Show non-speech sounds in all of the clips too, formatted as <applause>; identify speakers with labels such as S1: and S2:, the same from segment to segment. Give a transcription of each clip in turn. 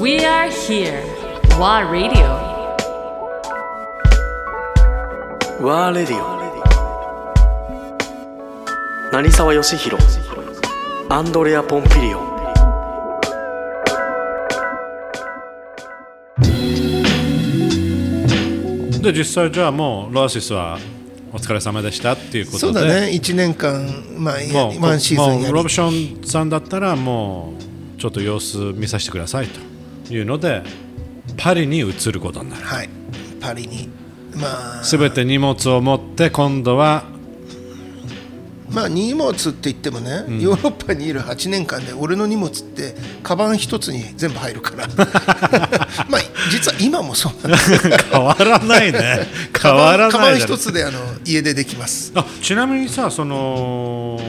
S1: We are here. WA Radio.
S2: ワーレディオ成沢義弘アンドレア・ポンピリオ
S3: で実際じゃあもうロアシスはお疲れ様でしたっていうことで
S4: そうだね1年間まあ
S3: もう
S4: やワンシーズン
S3: も
S4: や
S3: うロ
S4: り
S3: ブションさんだったらもうちょっと様子見させてくださいというのでパリに移ることになる
S4: はいパリにまあ
S3: すべて荷物を持って今度は
S4: まあ荷物って言ってもね、ヨーロッパにいる8年間で俺の荷物ってカバン一つに全部入るから
S3: <laughs>
S4: まあ実は今もそうなんです
S3: 変わらない
S4: <laughs>
S3: ね <laughs> 変わら
S4: カ
S3: な
S4: バン
S3: いじゃん
S4: 一つであの家出できます
S3: あちなみにさその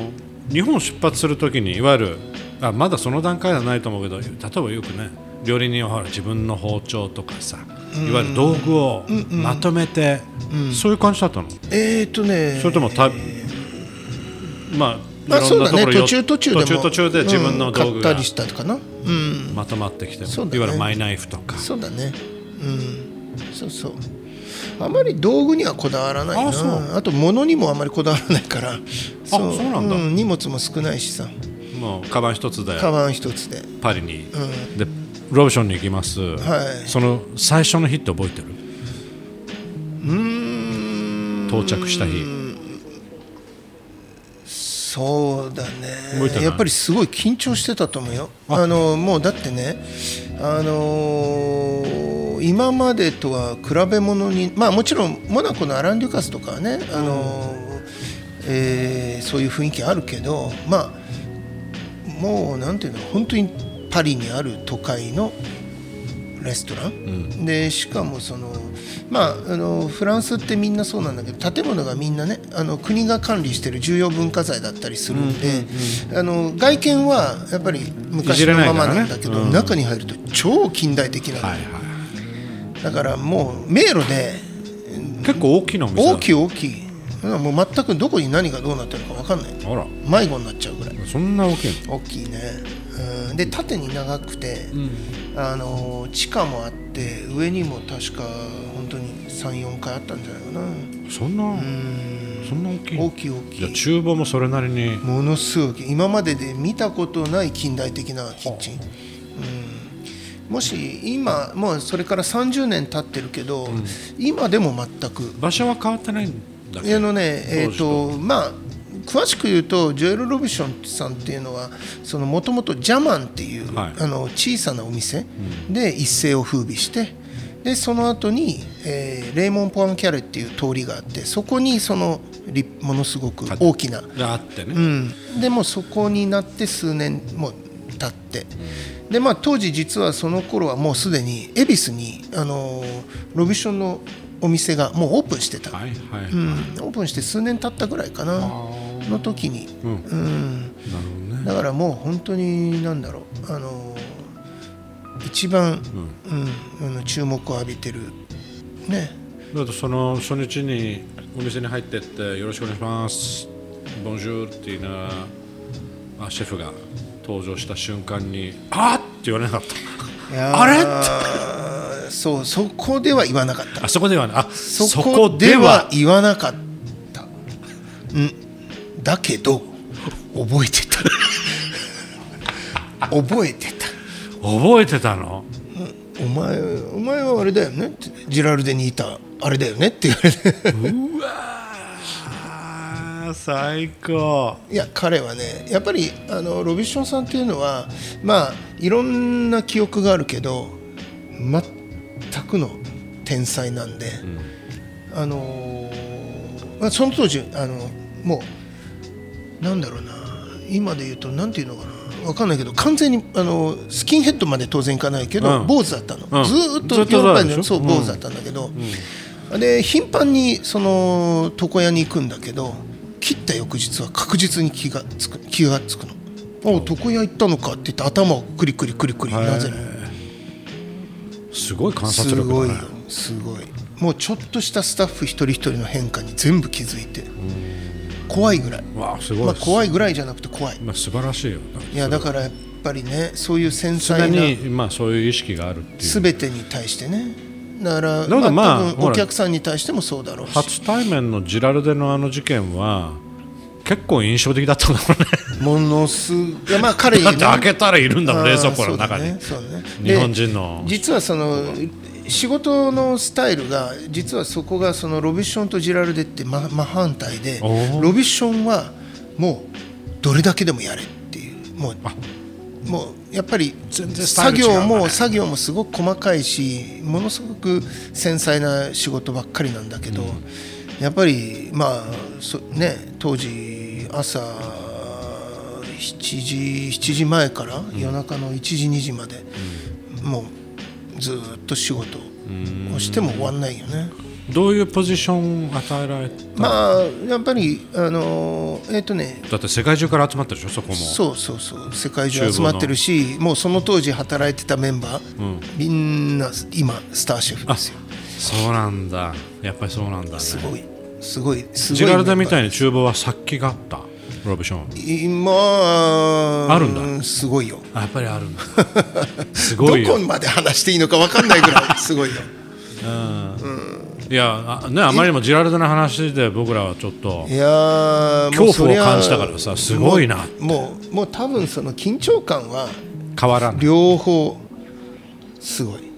S3: 日本出発するときにいわゆるあまだその段階ではないと思うけど例えばよくね料理人はほら自分の包丁とかさいわゆる道具をまとめて、そういう感じだったの、
S4: えー、とね
S3: それともたまあ
S4: まあ
S3: い
S4: そ
S3: ろんな
S4: うだ
S3: とこ
S4: ね
S3: ろ
S4: 途中途中でも
S3: 途中途中で自分の道
S4: うん
S3: 具
S4: 買
S3: が
S4: ったりしたとかなうん
S3: まとまってきて、
S4: そうだね
S3: いわゆるマイナイフとか
S4: そうだねうんそうそうあまり道具にはこだわらないな
S3: あそう
S4: あと物にもあまりこだわらないから
S3: そうなんだ
S4: 荷物も少ないしさ
S3: もうカバン一つで
S4: カバン一つで
S3: パリに、でロブションに行きます、
S4: はい
S3: その最初の日って覚えてる到着した日
S4: そうだ
S3: 動いてな
S4: ね
S3: い
S4: やっぱりすごい緊張してたと思うよあのもうだってねあのー今までとは比べ物にまあもちろんモナコのアラン・デュカスとかはね、あのーえーそういう雰囲気あるけどまあもうなんていうの本当にパリにある都会のレストラン、でしかもその、まあ、あのフランスってみんなそうなんだけど建物がみんなねあの国が管理してる重要文化財だったりするんで、あの外見はやっぱり
S3: い
S4: 昔
S3: じれ
S4: の
S3: ない
S4: ま
S3: からね
S4: まなんだけど、
S3: うん
S4: 中に入ると超近代的なの、
S3: はいは
S4: だからもう迷路で
S3: い結構大きなお店だ
S4: 大きい大きいもう全くどこに何がどうなってるか分かんない
S3: あら
S4: 迷子になっちゃうぐらい
S3: そんな大きいの
S4: 大きいね、うん、で縦に長くて、あの地下もあって上にも確か本当に34回あったんじゃないかな
S3: そんなそんな大きいの
S4: 大きい大
S3: じゃあ
S4: きい
S3: 厨房もそれなりに
S4: ものすごい今までで見たことない近代的なキッチン、うん、もし今もうそれから30年経ってるけど、今でも全く
S3: 場所は変わってないんだけ
S4: いやあ
S3: ど
S4: のね、え
S3: 当
S4: ー
S3: 時
S4: とまあ、詳しく言うとジョエル・ロブションさんっていうのはもともとジャマンっていう、
S3: はい
S4: あの小さなお店で一世を風靡して、でその後に、えーレーモン・ポアンキャレっていう通りがあってそこにその立ものすごく大きな、
S3: があってね、
S4: うん、でもうそこになって数年もう経って、でまあ、当時実はその頃はもうすでに恵比寿に、あのーロビションのお店がもうオープンしてた、
S3: はいはいはい、
S4: う
S3: なる
S4: ん、オープンして数年経ったぐらいかなの時に、
S3: うん
S4: うん
S3: ほどね
S4: だからもう本当に何だろうあの一番、うんあの注目を浴びてるね
S3: だってその初日にお店に入ってってよろしくお願いしますボンジュールっていうなあシェフが登場した瞬間にあっって言われなかっ
S4: いや
S3: た
S4: ー
S3: あれ
S4: そうそこでは言わなかった
S3: あそこではねあ
S4: そ
S3: そ
S4: こ
S3: こ
S4: で
S3: で
S4: は
S3: は
S4: 言わなかったうんだけど覚えてた <laughs> 覚えてた
S3: 覚えてたの
S4: お前お前はあれだよねってジラルデにいたあれだよねって言われて
S3: あー最高
S4: いや彼はねやっぱりあのロビションさんっていうのはまあいろんな記憶があるけど全くの天才なんで、あのーまあ、その当時あのもうなんだろうな今で言うとなんていうのかなわかんないけど完全にあのスキンヘッドまで当然いかないけど、
S3: うん
S4: 坊主だったの、
S3: うん
S4: ずーっと
S3: ず
S4: ヨ
S3: っと
S4: ーロッパ
S3: そうでしょ
S4: にそう
S3: うん
S4: 坊主だったんだけど、で頻繁にその床屋に行くんだけど切った翌日は確実に気がつく気がつくのおう床屋行ったのかって言って頭をクリクリクリクリなぜ
S3: すごい観察
S4: す
S3: 力
S4: ごい
S3: だ
S4: よ
S3: ね
S4: すごいもうちょっとしたスタッフ一人一人の変化に全部気づいて怖いぐらい
S3: わあすごい
S4: まあ怖
S3: い、
S4: いぐらいじゃなくて怖い
S3: まあ、素晴らしいよ
S4: いやだからぱりねそういう繊
S3: 常
S4: 細な
S3: に、まあ、そういう意識があるっていう
S4: 全てに対してねだから
S3: だからまあ
S4: まあ多分
S3: ほ
S4: お
S3: ら
S4: 客さんに対してもそうだろうし
S3: 初対面のジラルデのあの事件は結構印象的だったんだろうね
S4: ものすごいやまあ彼に
S3: だって開けたらいるんだもん
S4: あー
S3: 冷蔵庫の中に、
S4: そうだねそうだね
S3: 日本人の
S4: で実はその仕事のスタイルが実はそこがそのロビッションとジラルデって真真反対で
S3: おー
S4: ロビッションはもうどれだけでもやれっていうもうもうやっぱり
S3: 全然スタイ
S4: 作
S3: ル違う
S4: 業
S3: わ
S4: も
S3: ね
S4: 作業もすごく細かいしものすごく繊細な仕事ばっかりなんだけど、やっぱりまあそね当時朝7時7時前から夜中の1時2時まで、もうずーっと仕事をしても終わんないよね。
S3: どういうポジション与えられ
S4: まあやっぱりあのえっ、とね
S3: だって世界中から集まったでしょそこも
S4: そうそうそう世界中集まってるしもうその当時働いてたメンバー、みんな今スターシェフですよ
S3: そうなんだやっぱりそうなんだね
S4: すごいすごいすごい
S3: ジラルダみた
S4: い
S3: いに厨房は殺気があったロビション
S4: 今
S3: あるんだ
S4: すごいよ
S3: あやっぱりあるんだ <laughs> すごい
S4: ど
S3: よ
S4: こまで話していいのか分かんないぐらいす
S3: <laughs>
S4: ごいよ
S3: いやあ,、ね、あまりにもジラルダの話で僕らはちょっと
S4: いやーもうそり
S3: 恐怖
S4: ゃ
S3: を感じたからさすごいな
S4: もうもうもう多分その緊張感は
S3: 変わらない
S4: 両方すごい、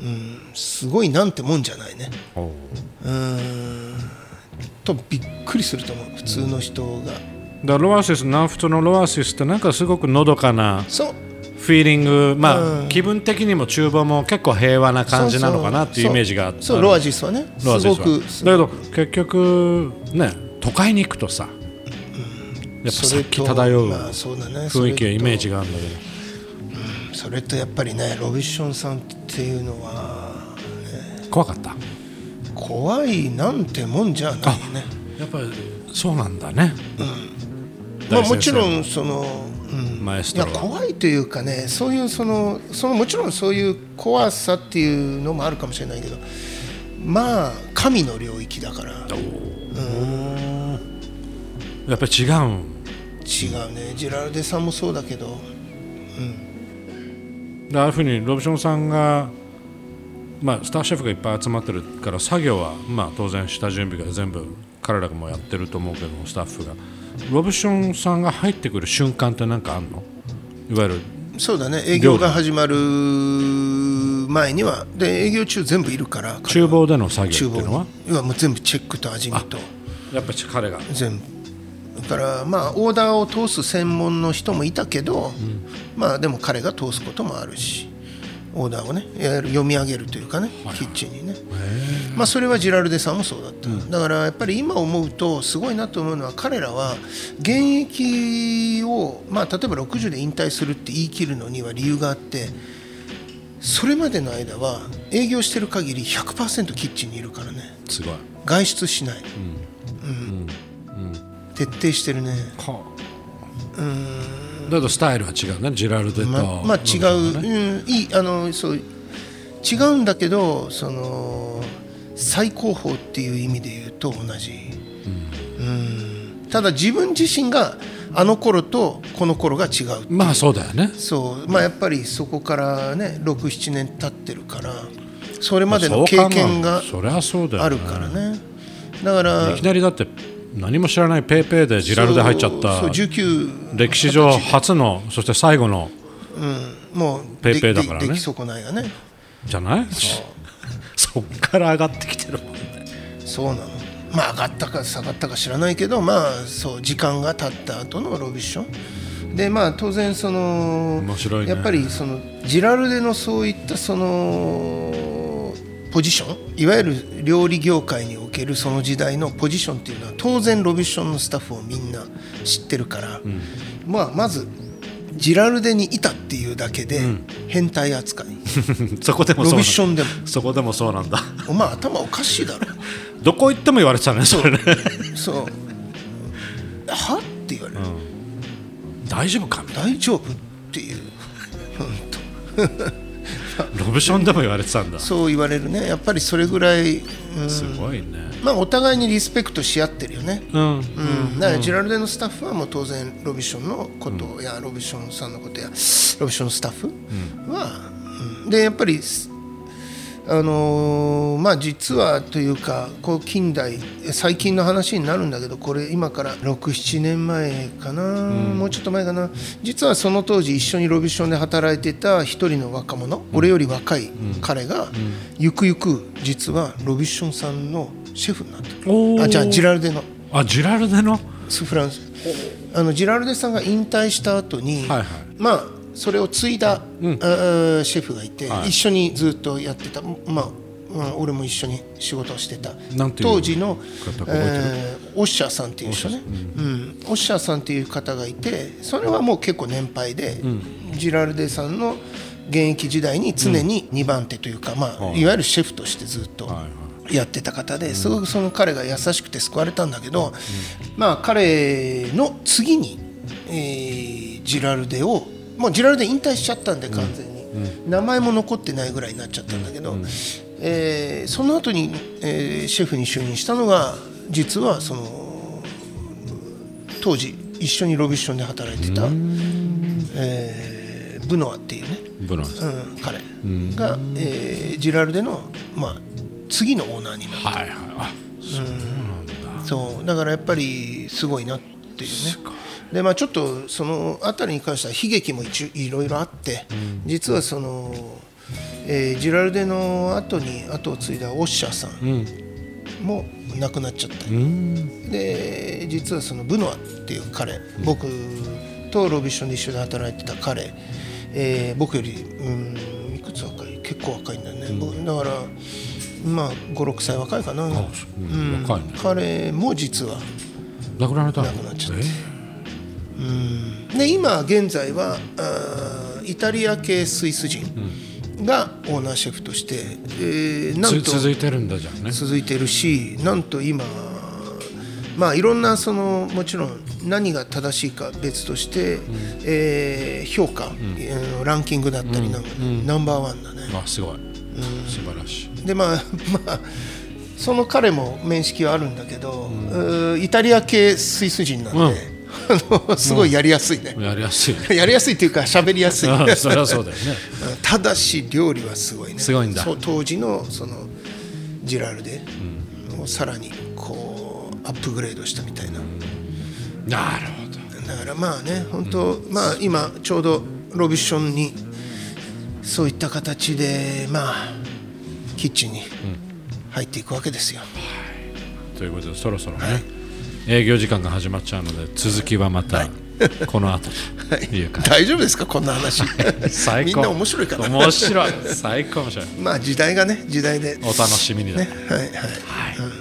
S4: うん、すごいなんてもんじゃないね
S3: おう
S4: うーんとびっくりすると思う普通の人
S3: だ
S4: が、
S3: からロアシス南仏のロアシスってなんかすごくのどかな
S4: そう
S3: フィーリングまあ、気分的にも厨房も結構平和な感じなのかなっていう
S4: そ
S3: イメージがあっ
S4: そ
S3: た
S4: うそうロアジスはね
S3: ロア
S4: す
S3: ゼ
S4: ご
S3: スは
S4: く
S3: だけど結局ね都会に行くとさ、やっぱ
S4: そ
S3: さっ
S4: れ
S3: き
S4: と
S3: 漂う
S4: まあそうだね
S3: 雰囲気やイメージ
S4: が
S3: があるんだけど、
S4: それとやっぱりねロビッションさんっていうのは
S3: 怖かった
S4: 怖いなんてもんじゃないね
S3: やっぱりそうなんだね、
S4: まあ
S3: 大先生
S4: もちろんその、うん、
S3: マエス
S4: い
S3: ト
S4: や
S3: ロは
S4: 怖いというかねそういうそのそのもちろんそういう怖さっていうのもあるかもしれないけどまあ神の領域だから
S3: やっぱり違うん
S4: 違うねジェラルデさんもそうだけど
S3: でああいうふうにロブションさんが、まあ、スターシェフがいっぱい集まってるから作業は、まあ、当然下準備が全部彼らもやってると思うけどもスタッフがロブションさんが入ってくる瞬間って何かあんのいわゆる
S4: そうだね営業が始まる前にはで営業中全部いるから
S3: 厨房での作業って
S4: 厨
S3: いうの
S4: 房
S3: は
S4: にはもう全部チェックと味見と
S3: やっぱり彼が
S4: 全部だからまあオーダーを通す専門の人もいたけど、まあでも彼が通すこともあるしオーダーをねやる読み上げるというかね、キッチンにねまあそれはジラルデさんもそうだった、だからやっぱり今思うとすごいなと思うのは彼らは現役をまあ例えば60で引退するって言い切るのには理由があってそれまでの間は営業してる限り100%キッチンにいるからね
S3: すごい
S4: 外出しない、徹底してるね
S3: だとスタイルは違うねジラルデと、
S4: ままあ
S3: ロ
S4: 違
S3: ブション
S4: う、
S3: はね
S4: うん、いいあのそう違うんだけどその最高峰っていう意味で言うと同じ、うんただ自分自身があの頃とこの頃が違う
S3: まあそうだよね
S4: そうまあやっぱりそこからね67年経ってるからそれまで
S3: そ
S4: の
S3: う考え
S4: 経験が
S3: そりゃそうだよ、ね、
S4: あるからねだから
S3: いきなりだって何も知らないペイペイでジラルデ入っちゃった
S4: そうそう19
S3: 歴史上初のそして最後の
S4: もう
S3: ペ
S4: で
S3: イペイだからね
S4: ででき損ないがね
S3: じゃないそっから上がってきてるもんね
S4: そうなのまあ上がったか下がったか知らないけどまあそう時間が経った後のロビッションでまあ当然その
S3: 面白いね
S4: やっぱりそのジラルデのそういったそのポジションいわゆる料理業界におけるその時代のポジションっていうのは当然ロビッションのスタッフをみんな知ってるから、まあまずジラルデにいたっていうだけで変態扱い、
S3: <laughs> そこでも
S4: ロ
S3: そう
S4: ビ
S3: な
S4: ッショ
S3: ん
S4: ンでも
S3: だそこでもそうなんだ
S4: お前頭おかしいだろ
S3: どこ行っても言われてたねそれね
S4: そうはって言われる、
S3: 大丈夫かみたい
S4: 大丈夫っていう本
S3: ロブションでも言われてたんだす
S4: そう言われるねやっぱりそれぐらい、うん
S3: ごいね
S4: まあ、お互いにリスペクトし合ってるよね、
S3: うん
S4: うん、だからジェラルデのスタッフはもう当然ロビションのことやロビションさんのことやロビションのスタッフは、うんでやっぱりすあのーまあ実はというかこう近代最近の話になるんだけどこれ今から67年前かな、もうちょっと前かな実はその当時一緒にロビションで働いてた一人の若者、俺より若い彼が、ゆくゆく実はロビションさんのシェフになった
S3: おー
S4: あじゃあジェラルデの。
S3: あジェラルデの
S4: スフランスあのジラルデさんが引退した後に、
S3: はいはい
S4: まあそれを継いだ、あーシェフがいて、一緒にずっとやってた、まあまあ、俺も一緒に仕事をしてた
S3: なんていう
S4: 当時の
S3: 方覚えてる
S4: えーオッシャーさんっていう人ねオッ,、うん、オッシャーさんっていう方がいてそれはもう結構年配で、ジラルデさんの現役時代に常に2番手というか、まあ、いわゆるシェフとしてずっと
S3: いは
S4: やってた方ですごくその彼が優しくて救われたんだけど、まあ、彼の次に、えージラルデをもうジラルデ引退しちゃったんで完全に、名前も残ってないぐらいになっちゃったんだけど、えーその後に、えーシェフに就任したのが実はその当時一緒にロビッションで働いてた、えーブノアっていうね
S3: ブランス
S4: うん、彼が、えージラルデの、まあ、次のオーナーになる
S3: はいはいあ
S4: そうだからやっぱりすごいなっていうねでまあちょっとその辺りに関しては悲劇も一応いろいろあって、実はその、えージラルデの後に後を継いだオッシャーさんも亡くなっちゃったり、で実はそのブノアっていう彼、僕とロビッションで一緒で働いてた彼、えー僕よりうんいくつ若い結構若いんだよね、僕だからまあ56歳若いかな、
S3: そううん若いね
S4: 彼も実は
S3: 亡くなられたの
S4: 亡くなっちゃっ
S3: え
S4: てで今現在はあーイタリア系スイス人がオーナーシェフとして、えーなん
S3: つ
S4: と
S3: 続いてるんだじゃんね
S4: 続いてるしなんと今まあいろんなそのもちろん何が正しいか別として、えー評価、えーランキングだったりなんかナンバーワンだね。
S3: あすごい素晴らしい
S4: でまあ <laughs> まあその彼も面識はあるんだけど、うーイタリア系スイス人なんで、 <laughs> あのすごいやりやすいね、
S3: やりやすいね <laughs>
S4: <laughs> やりやすいというか喋りやすい
S3: あそりゃそうだよ
S4: <laughs>
S3: ね
S4: ただし料理はすごいね
S3: すごいんだ
S4: そう当時のそのジラルデをさらにこうアップグレードしたみたいな、
S3: なるほど
S4: だからまあね本当、まあ今ちょうどロビッションにそういった形でまあキッチンに入っていくわけですよ、
S3: ということでそろそろね、営業時間が始まっちゃうので続きはまたこの後というか、
S4: 大丈夫ですかこんな話
S3: <laughs> 最高
S4: みんな面白いかな <laughs>
S3: 面白い最高面白い
S4: まあ時代がね時代で
S3: お楽しみにだね
S4: はいは
S3: は
S4: い
S3: い